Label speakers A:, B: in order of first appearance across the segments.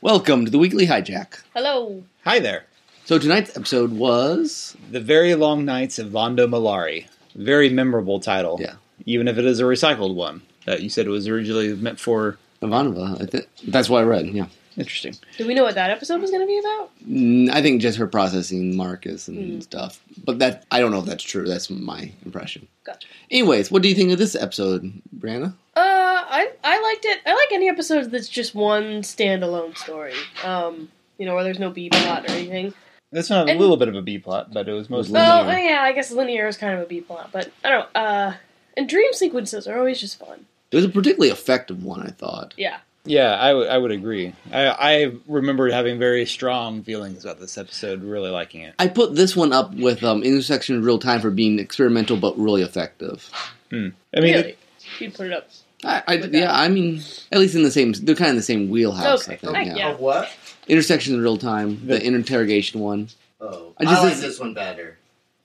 A: Welcome to the weekly hijack.
B: Hello.
C: Hi there.
A: So tonight's episode was
C: The Very Long Nights of Londo Malari. Very memorable title.
A: Yeah.
C: Even if it is a recycled one that you said it was originally meant for.
A: Ivanova. I thi- That's what I read. Yeah,
C: Interesting.
B: Do we know what that episode was going to be about?
A: Mm, I think just her processing Marcus and
B: Mm.
A: stuff. But that I don't know if that's true. That's my impression.
B: Gotcha.
A: Anyways, what do you think of this episode, Brianna?
B: Uh, I I liked it. I like any episodes that's just one standalone story. Um, you know, where there's no B plot or anything.
C: This one had a
B: And-
C: little bit of a B plot, but it was mostly.
B: Well,
A: Linear.
B: yeah, I guess linear is kind of a B plot, but I don't. know. Uh, and dream sequences are always just fun.
A: It was a particularly effective one, I thought.
B: Yeah.
C: Yeah, I, w- I would agree. I, I remember having very strong feelings about this episode, really liking it.
A: I put this one up with um, Intersection of Real Time for being experimental but really effective.
C: I mean,
B: really. You'd put it up.
A: I, I,
B: With that.
A: yeah, I mean, at least in the same, they're kind of the same wheelhouse,
B: Okay.
A: I think.
B: I-
A: Oh, yeah.
B: yeah.
D: Of what?
A: Intersection in real time, the, interrogation one.
D: Oh,
A: I
D: I,
A: just-
D: like this one better.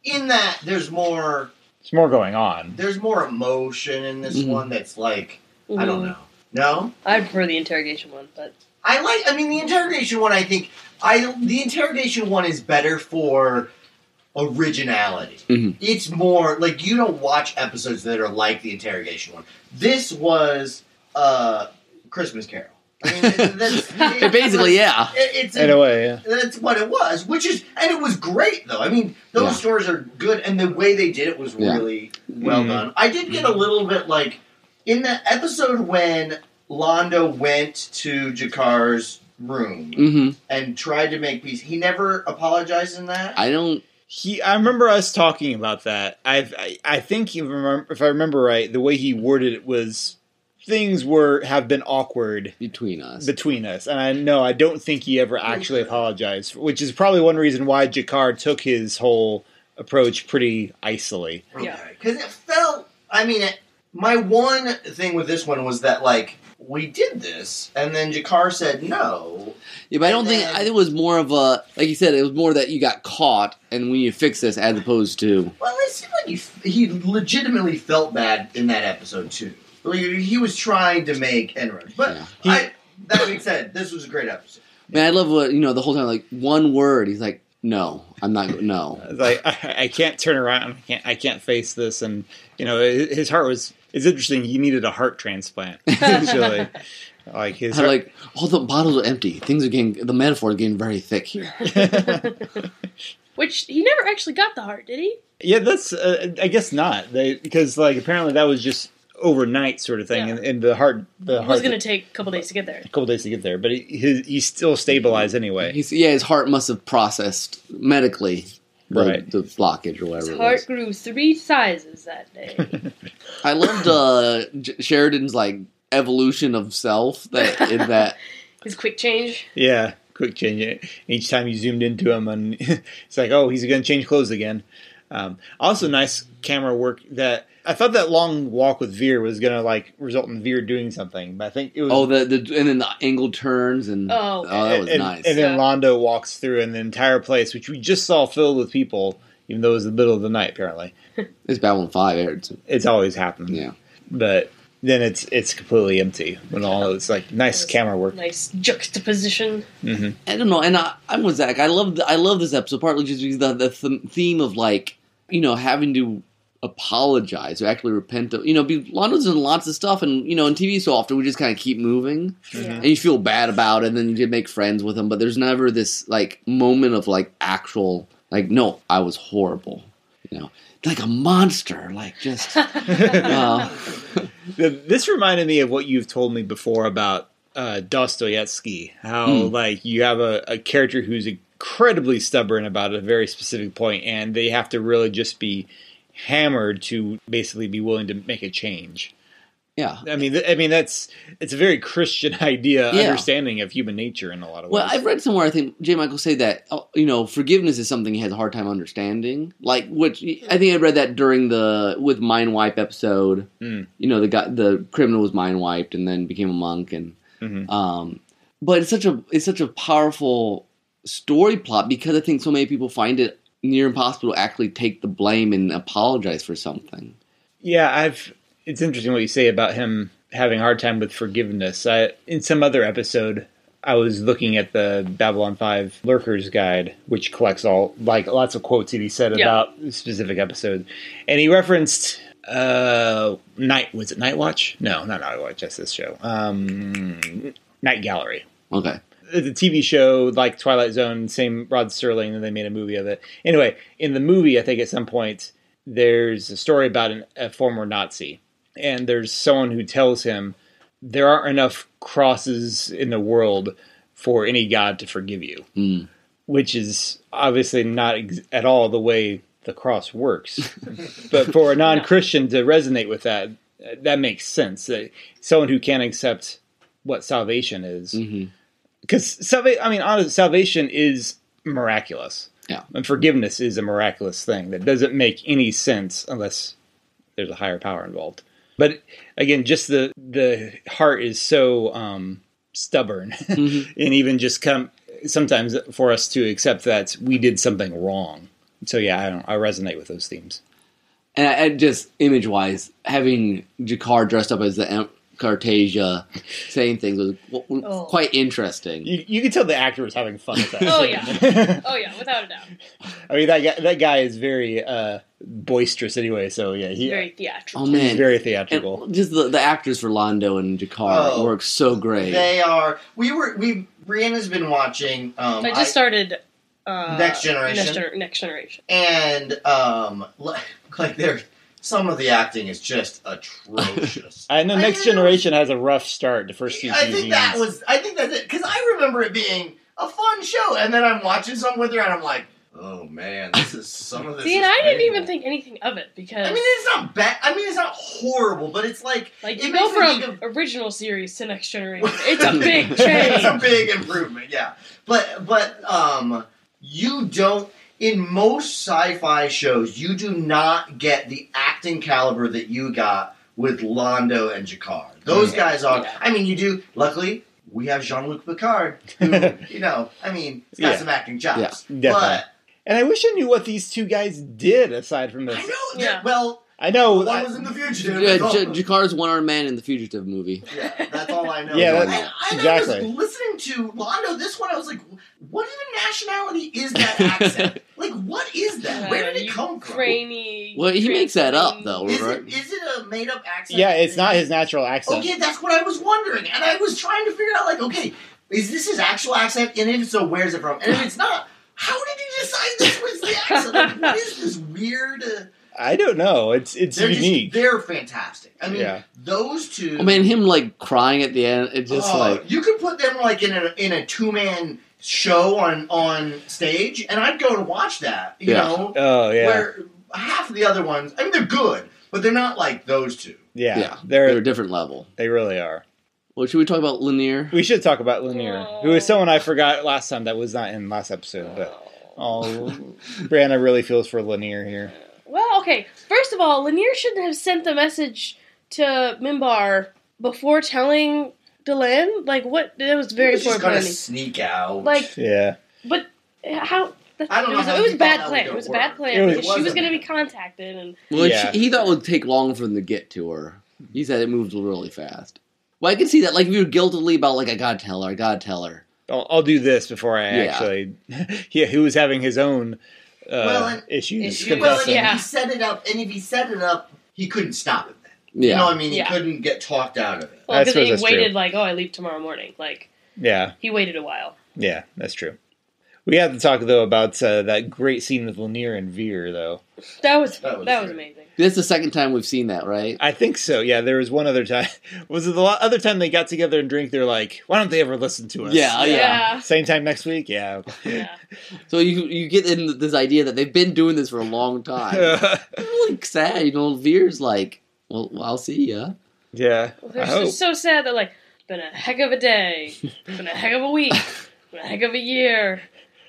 D: In that, there's more,
C: it's more going on.
D: there's more emotion in this
A: Mhm.
D: one. That's like, I don't
A: Mm-hmm.
D: know. No,
B: I prefer the interrogation one, but
D: I like. I mean, the interrogation one. I think I the interrogation one is better for originality.
A: Mhm.
D: It's more like you don't watch episodes that are like the interrogation one. This was uh Christmas Carol. I mean, that's,
A: It basically, yeah.
D: it- it's
C: In a way, yeah.
D: That's what it was, which is, and it was great though. I mean, those
A: Yeah.
D: stories are good, and the way they did it was
A: Yeah.
D: really well
C: Mhm.
D: done. I did get a little bit like in the episode when Londo went to Jakar's room
A: hmm
D: and tried to make peace. He never apologized in that.
A: I don't.
C: He, I remember us talking about that. I've, I, I think you remember, if I remember right, the way he worded it was things were have been awkward
A: Between us,
C: between us. And I know I don't think he ever actually apologized, which is probably one reason why Jakar took his whole approach pretty icily.
B: Yeah.
D: because it felt. I mean, it, my one thing with this one was that like we did this, and then Jakar said no.
A: yeah, but I don't
D: and
A: think.
D: then-
A: I think it was more of a, like you said, it was more that you got caught, and when you fix this, as opposed to,
D: Well, it seemed like he, he legitimately felt bad in that episode too. Like, He was trying to make Enron, but
A: Yeah.
D: I, that being said, this was a great episode.
A: man, I love what you know the whole time. Like one word, he's like, "No, I'm not. go- No."
C: It's Like I, I can't turn around, I can't, I can't face this, and you know his his heart was. It's interesting. He needed a heart transplant. Actually, like his
A: I
C: heart,
A: like all the bottles are empty. Things are getting the metaphor is getting very thick here.
B: which he never actually got the heart, did he?
C: Yeah, that's. Uh, I guess not. They because like apparently that was just overnight sort of thing,
B: Yeah.
C: and, and the heart the
B: It
C: heart
B: was going to take a couple days to get there.
C: a couple days to get there, but he he, he still stabilized anyway.
A: He's, yeah, his heart must have processed medically the,
C: Right.
A: the blockage or whatever.
B: His
A: it was.
B: heart grew three sizes that day.
A: I loved uh, J- Sheridan's like evolution of self that in that
B: His quick change.
C: Yeah, quick change. Each time you zoomed into him, and it's like, oh, he's going to change clothes again. Um, also, nice camera work. That I thought that long walk with Veer was going to like result in Veer doing something, but I think it was.
A: oh the, the and then the angle turns and
B: Oh, okay.
A: that was
C: and,
A: nice.
C: And then
B: Yeah.
C: Londo walks through, and the entire place, which we just saw filled with people, even though it was the middle of the night. Apparently,
A: it's Babylon Five aired. so-
C: it's always happened.
A: yeah,
C: but then it's it's completely empty when all it's like nice camera work.
B: Nice juxtaposition.
C: hmm
A: I don't know. And I, I'm with Zach. I love I love this episode partly just because the the th- theme of like you know having to apologize or actually repent of you know be Londo's in lots of stuff and you know in TV so often we just kind of keep moving.
B: Yeah.
A: and you feel bad about it and then you can make friends with them but there's never this like moment of like actual like no i was horrible you know like a monster like just uh,
C: This reminded me of what you've told me before about uh, Dostoevsky. How
A: Hmm.
C: like you have a, a character who's incredibly stubborn about a very specific point, and they have to really just be hammered to basically be willing to make a change.
A: yeah
C: I mean, th- I mean that's it's a very Christian idea,
A: Yeah.
C: understanding of human nature in a lot of
A: well
C: ways.
A: i've read somewhere i think j michael say that uh, you know forgiveness is something he has a hard time understanding like which i think i read that during the with mind wipe episode
C: Hmm.
A: you know the guy the criminal was mind wiped and then became a monk and
C: Mhm.
A: Um, but it's such a it's such a powerful story plot because I think so many people find it near impossible to actually take the blame and apologize for something.
C: Yeah, I've. It's interesting what you say about him having a hard time with forgiveness. I, in some other episode, I was looking at the Babylon 5 Lurkers Guide, which collects all, like, lots of quotes that he said
B: Yeah.
C: about specific episodes. And he referenced, uh, Night, was it Night Watch? No, not Night Watch, that's this show. Um, Night Gallery.
A: Okay.
C: uh, The TV show, like Twilight Zone, same Rod Serling, and they made a movie of it. Anyway, in the movie, I think at some point, there's a story about an, a former Nazi, and there's someone who tells him there aren't enough crosses in the world for any god to forgive you,
A: Mm.
C: which is obviously not ex- at all the way the cross works. but for a non-Christian to resonate with that, uh, that makes sense. That someone who can't accept what salvation is
A: hmm
C: because salvation i mean honestly, salvation is miraculous
A: Yeah.
C: and forgiveness is a miraculous thing that doesn't make any sense unless there's a higher power involved but again just the the heart is so um stubborn
A: Mhm.
C: and even just come sometimes for us to accept that we did something wrong so yeah i don't i resonate with those themes
A: And, I- and just image wise, having Jakar dressed up as the Em- Cartasia saying things was w- w-
B: Oh.
A: quite interesting.
C: you, you can tell the actor was having fun with that
B: Oh,
C: yeah
B: Oh yeah, without a doubt.
C: i mean that guy that guy is very uh boisterous anyway so yeah he,
B: Very theatrical.
A: Oh man,
C: He's very
A: And
C: theatrical.
A: just the, the actors for Londo and Jakar
D: Oh.
A: work so great.
D: They are. We were. We Brianna's been watching. Um,
B: I just started uh,
D: Next Generation.
B: Next, Gener- Next generation.
D: and um, li- like there, some of the acting is just atrocious.
C: I know
D: I
C: Next
D: don't know.
C: Generation has a rough start. The first few
D: I think that
C: seasons.
D: was. I think that's it because I remember it being a fun show, and then I'm watching some with her, and I'm like, oh man, this is some of this.
B: See, and
D: is
B: I didn't
D: painful."
B: even think anything of it because
D: I mean, it's not bad. I mean, it's not horrible, but it's like
B: like
D: it
B: you go
D: makes me
B: from
D: think
B: original series to Next Generation. It's a big
D: it's a
B: change.
D: big improvement. Yeah, but but um, you don't. In most sci-fi shows, you do not get the acting caliber that you got with Londo and Jakar. Those
C: Yeah.
D: guys are.
B: Yeah.
D: I mean, you do. Luckily, we have Jean-Luc Picard. Who, you know, I mean, he's got
C: Yeah.
D: some acting chops.
C: Yeah,
D: but
C: and I wish I knew what these two guys did aside from this.
D: I know.
B: Yeah.
D: that Well,
C: I know.
D: one
C: I-
D: was in the future. oh.
A: Yeah, J- Jakar's one armed man in the Fugitive movie.
D: Yeah, that's all I know.
C: Yeah,
D: And-
A: that's-
D: and, I
C: exactly.
D: was listening to Londo this one. I was like, what even nationality is that accent? like, what is
B: Uh,
D: that? Where did it come from?
B: Ukrainian.
A: Well, he makes that up, though.
D: Is
A: Right.
D: it, is it a made up accent?
C: yeah, it's not his natural accent.
D: Okay, that's what I was wondering, and I was trying to figure out like, okay, is this his actual accent? And if so, where's it from? And if it's not, how did he decide this was the accent? Like, what is this weird? Uh,
C: I don't know. It's it's
D: they're
C: unique.
D: just they're fantastic. I mean,
C: Yeah.
D: those two.
A: Oh man, him like crying at the end. It just
D: Oh,
A: like
D: you could put them like in a in a two man show on on stage, and I'd go and watch that. You
A: Yeah.
D: know,
C: oh yeah,
D: where half of the other ones, I mean, they're good, but they're not like those two.
C: yeah.
A: yeah,
C: They're,
A: a different level.
C: they really are.
A: Well, should we talk about Lanier?
C: We should talk about Lanier, who is
B: Aw.
C: someone I forgot last time that was not in last episode. But oh, Brianna really feels for Lanier here.
B: Well, okay. First of all, Lanier should have sent the message to Mimbar before telling Delenn. Like, what? That was very
D: He's
B: poor
D: just gonna
B: planning.
D: sneak out.
B: Like,
C: Yeah,
B: but Uh, how? That,
D: I don't
B: it
D: know
B: was,
D: how
B: it was
D: he thought
B: bad
D: that
B: plan.
D: was
B: It was a
D: gonna
B: bad
D: work.
B: plan
C: It
B: because she
D: wasn't.
B: was going to be contacted, and
A: Well,
C: Yeah.
A: she, he thought it would take long for them to get to her. He said it moved really fast. Well, I can see that. Like if you're guiltily about like I gotta tell her, I gotta tell her.
C: I'll, I'll do this before I
A: Yeah.
C: actually. yeah, who was having his own uh,
D: Well, and-
C: issues?
B: Issues,
D: well, and
C: confessing.
B: yeah.
D: if he set it up, and if he set it up, he couldn't stop it. Then.
A: Yeah,
D: You know what I mean?
B: Yeah.
D: He couldn't get talked out of it.
B: well,
C: I
B: because
C: suppose
B: he
C: that's
B: waited
C: true.
B: like, oh, I leave tomorrow morning. Like,
C: yeah.
B: he waited a while.
C: Yeah, that's true. We have to talk though about uh, that great scene with Lanier and Veer, though.
B: That was
D: That
B: that
D: was
B: was,
D: great.
B: amazing.
A: that's the second time we've seen that, right?
C: I think so. Yeah, there was one other time. Was it the lo- other time they got together and drink? They're like, why don't they ever listen to us?
A: Yeah, Oh, yeah.
C: Same time next week. Yeah.
B: yeah.
A: So you you get in this idea that they've been doing this for a long time. It's like sad, you know. Veer's like, well, I'll see ya.
C: yeah.
B: Well,
C: I
B: They're so,
C: hope.
B: so sad. They're like, been a heck of a day, been a heck of a week, been a heck of a year,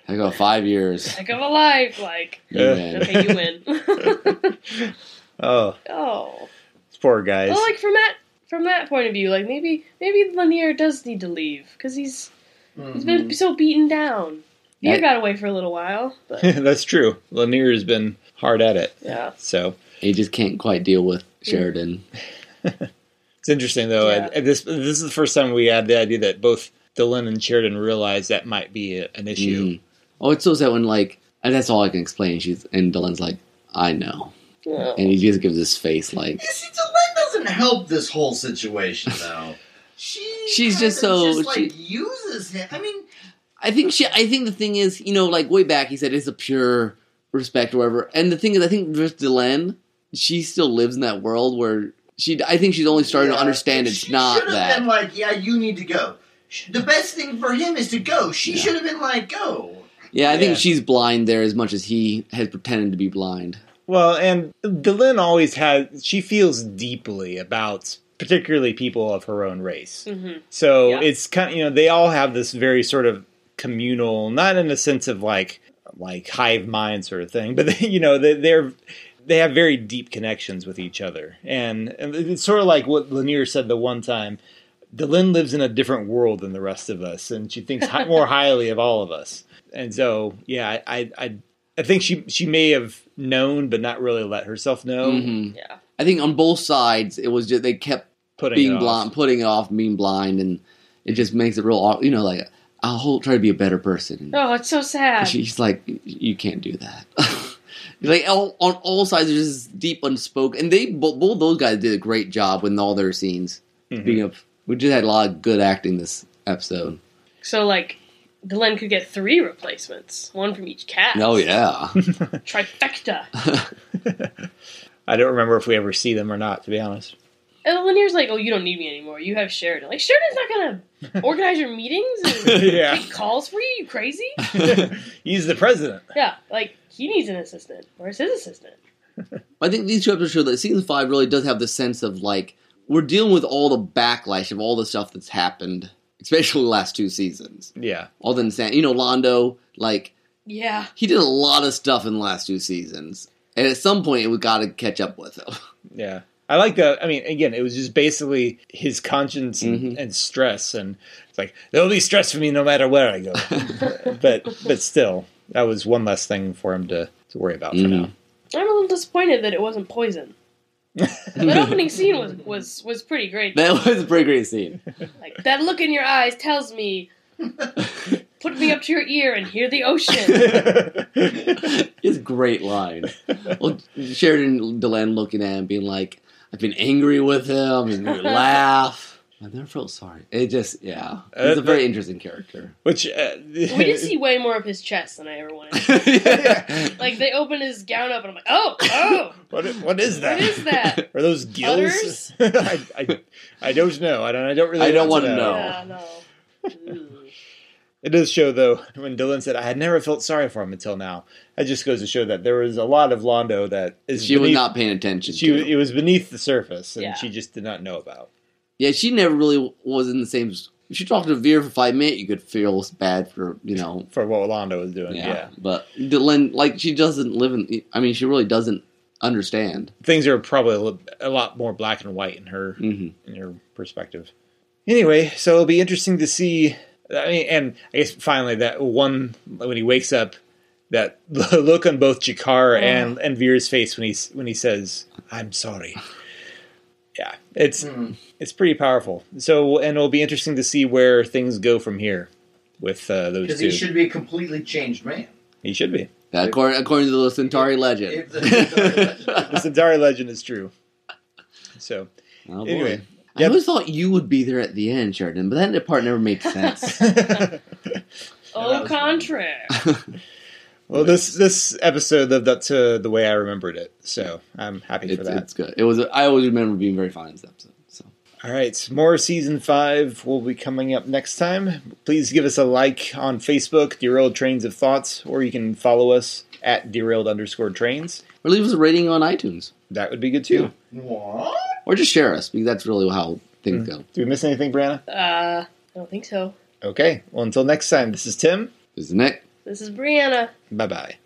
A: I go five years.
B: heck of a life. Like,
A: You
C: Yeah.
A: win.
B: okay, you win.
C: Oh,
B: oh,
C: poor guys.
B: well, like from that from that point of view, like maybe maybe Lanier does need to leave because he's he's
C: Mm-hmm.
B: been so beaten down. You
A: Yeah.
B: got away for a little while, but
C: that's true. Lanier has been hard at it.
B: yeah,
C: So
A: He just can't quite deal with Sheridan.
C: it's interesting though.
B: Yeah.
C: I- this this is the first time we had the idea that both Dylan and Sheridan realize that might be a, an issue.
A: Mm. Oh, it's so sad when like and that's all I can explain. She's and Dylan's like, I know,
B: Yeah.
A: and he just gives his face like
D: You see, Delenn doesn't help this whole situation though. She
A: She's
D: kinda
A: just so-
D: just, like
A: she-
D: uses him. I mean,
A: I think she. I think the thing is, you know, like way back, he said it's a pure respect or whatever. And the thing is, I think with Delenn, she still lives in that world where she. I think she's only starting
D: yeah,
A: to understand
D: she
A: it's
D: should
A: not
D: have
A: that.
D: Been like, yeah, you need to go. Sh- The best thing for him is to go. She
A: Yeah.
D: should have been like, go.
A: yeah, I
C: Yeah.
A: think she's blind there as much as he has pretended to be blind.
C: Well, and Dylan always has, she feels deeply about particularly people of her own race.
B: Mhm.
C: So
B: Yeah.
C: it's kind of, you know, they all have this very sort of communal, not in the sense of like, like hive mind sort of thing, but they, you know, they, they're, they have very deep connections with each other. And, and it's sort of like what Lanier said the one time, Dylan lives in a different world than the rest of us. And she thinks hi- more highly of all of us. And so, yeah, I, I, I, I think she, she may have known, but not really let herself know
A: Mhm.
B: Yeah.
A: I think on both sides, it was just they kept
C: putting it
A: being
C: off.
A: blind, putting it off, being blind, and it just makes it real. aw- You know, like I'll hold- try to be a better person. And
B: Oh, it's so sad.
A: She- She's like, you can't do that. like all, on all sides, there's this deep unspoken, and they bo- both those guys did a great job with all their scenes.
C: Mhm.
A: Speaking of, we just had a lot of good acting this episode.
B: So like, Delenn could get three replacements, one from each cast.
A: Oh yeah,
B: trifecta.
C: I don't remember if we ever see them or not, to be honest.
B: And Lanier's like, "Oh, you don't need me anymore. You have Sheridan." Like Sheridan's not gonna organize your meetings and
C: yeah.
B: take calls for you. You crazy?
C: He's the president.
B: Yeah, like he needs an assistant. Where's his assistant?
A: I think these two episodes show that season five really does have this sense of like we're dealing with all the backlash of all the stuff that's happened, especially the last two seasons.
C: Yeah.
A: All the insane, you know, Londo like
B: Yeah,
A: he did a lot of stuff in the last two seasons, and at some point we got to catch up with him.
C: Yeah. I like that. I mean, again, it was just basically his conscience and,
A: Mhm.
C: and stress. And it's like, there'll be stress for me no matter where I go. but but still, that was one less thing for him to, to worry about for
A: Mhm.
C: now.
B: I'm a little disappointed that it wasn't poison. That opening scene was was was pretty great.
A: That was a pretty great scene.
B: Like that look in your eyes tells me, put me up to your ear and hear the ocean.
A: It's a great line. Well, Sheridan Delenn looking at him, being like, "I've been angry with him," and we laugh. I never felt sorry. It just, yeah,
C: Uh,
A: he's a very interesting character.
C: Which. Uh,
B: we did see way more of his chest than I ever wanted. Like they open his gown up and I'm like, oh, oh,
C: what, i- what is that?
B: what is that?
C: Are those gills? I, I, I don't know. I don't, I don't really
A: I don't
C: want to
A: wanna know.
B: Yeah, no. Ooh.
C: It does show, though, when Dylan said, I had never felt sorry for him until now. That just goes to show that there was a lot of Londo that is
A: she was
C: beneath-
A: not paying attention.
C: She,
A: to him.
C: it was beneath the surface, and
B: Yeah.
C: she just did not know about.
A: yeah, she never really was in the same. If she talked to Veer for five minutes, you could feel bad for you know.
C: For what Londo was doing,
A: Yeah,
C: yeah.
A: but Delenn, like, she doesn't live in. I mean, she really doesn't understand.
C: Things are probably a, li- a lot more black and white in her
A: hmm
C: in her perspective. Anyway, so it'll be interesting to see. I mean, and I guess finally that one when he wakes up, that look on both Jakar
B: Oh.
C: and and Veer's face when he s- when he says, "I'm sorry." Yeah, it's
D: Hmm.
C: it's pretty powerful. So, and it'll be interesting to see where things go from here with uh, those
D: Because
C: two.
D: he should be a completely changed man.
C: he should be.
A: according, according to the Centauri legend.
D: If the Centauri
C: the Centauri legend is true. So
A: Oh, boy.
C: anyway,
A: I
C: Yep.
A: always thought you would be there at the end, Sheridan, but that part never made sense.
B: Au contraire.
C: well, this this episode lived up to the way I remembered it, so I'm happy for
A: it's,
C: that.
A: it's good. It was. I always remember being very fond of this episode. So
C: All right, more season five will be coming up next time. Please give us a like on Facebook, Derailed Trains of Thoughts, or you can follow us at derailed underscore trains.
A: or leave us a rating on iTunes,
C: That would be good too.
D: What?
A: or just share us because that's really how things go.
C: Do we miss anything, Brianna?
B: Uh, I don't think so.
C: Okay. Well, until next time, this is Tim.
A: This is Nick.
B: This is Brianna.
C: Bye bye.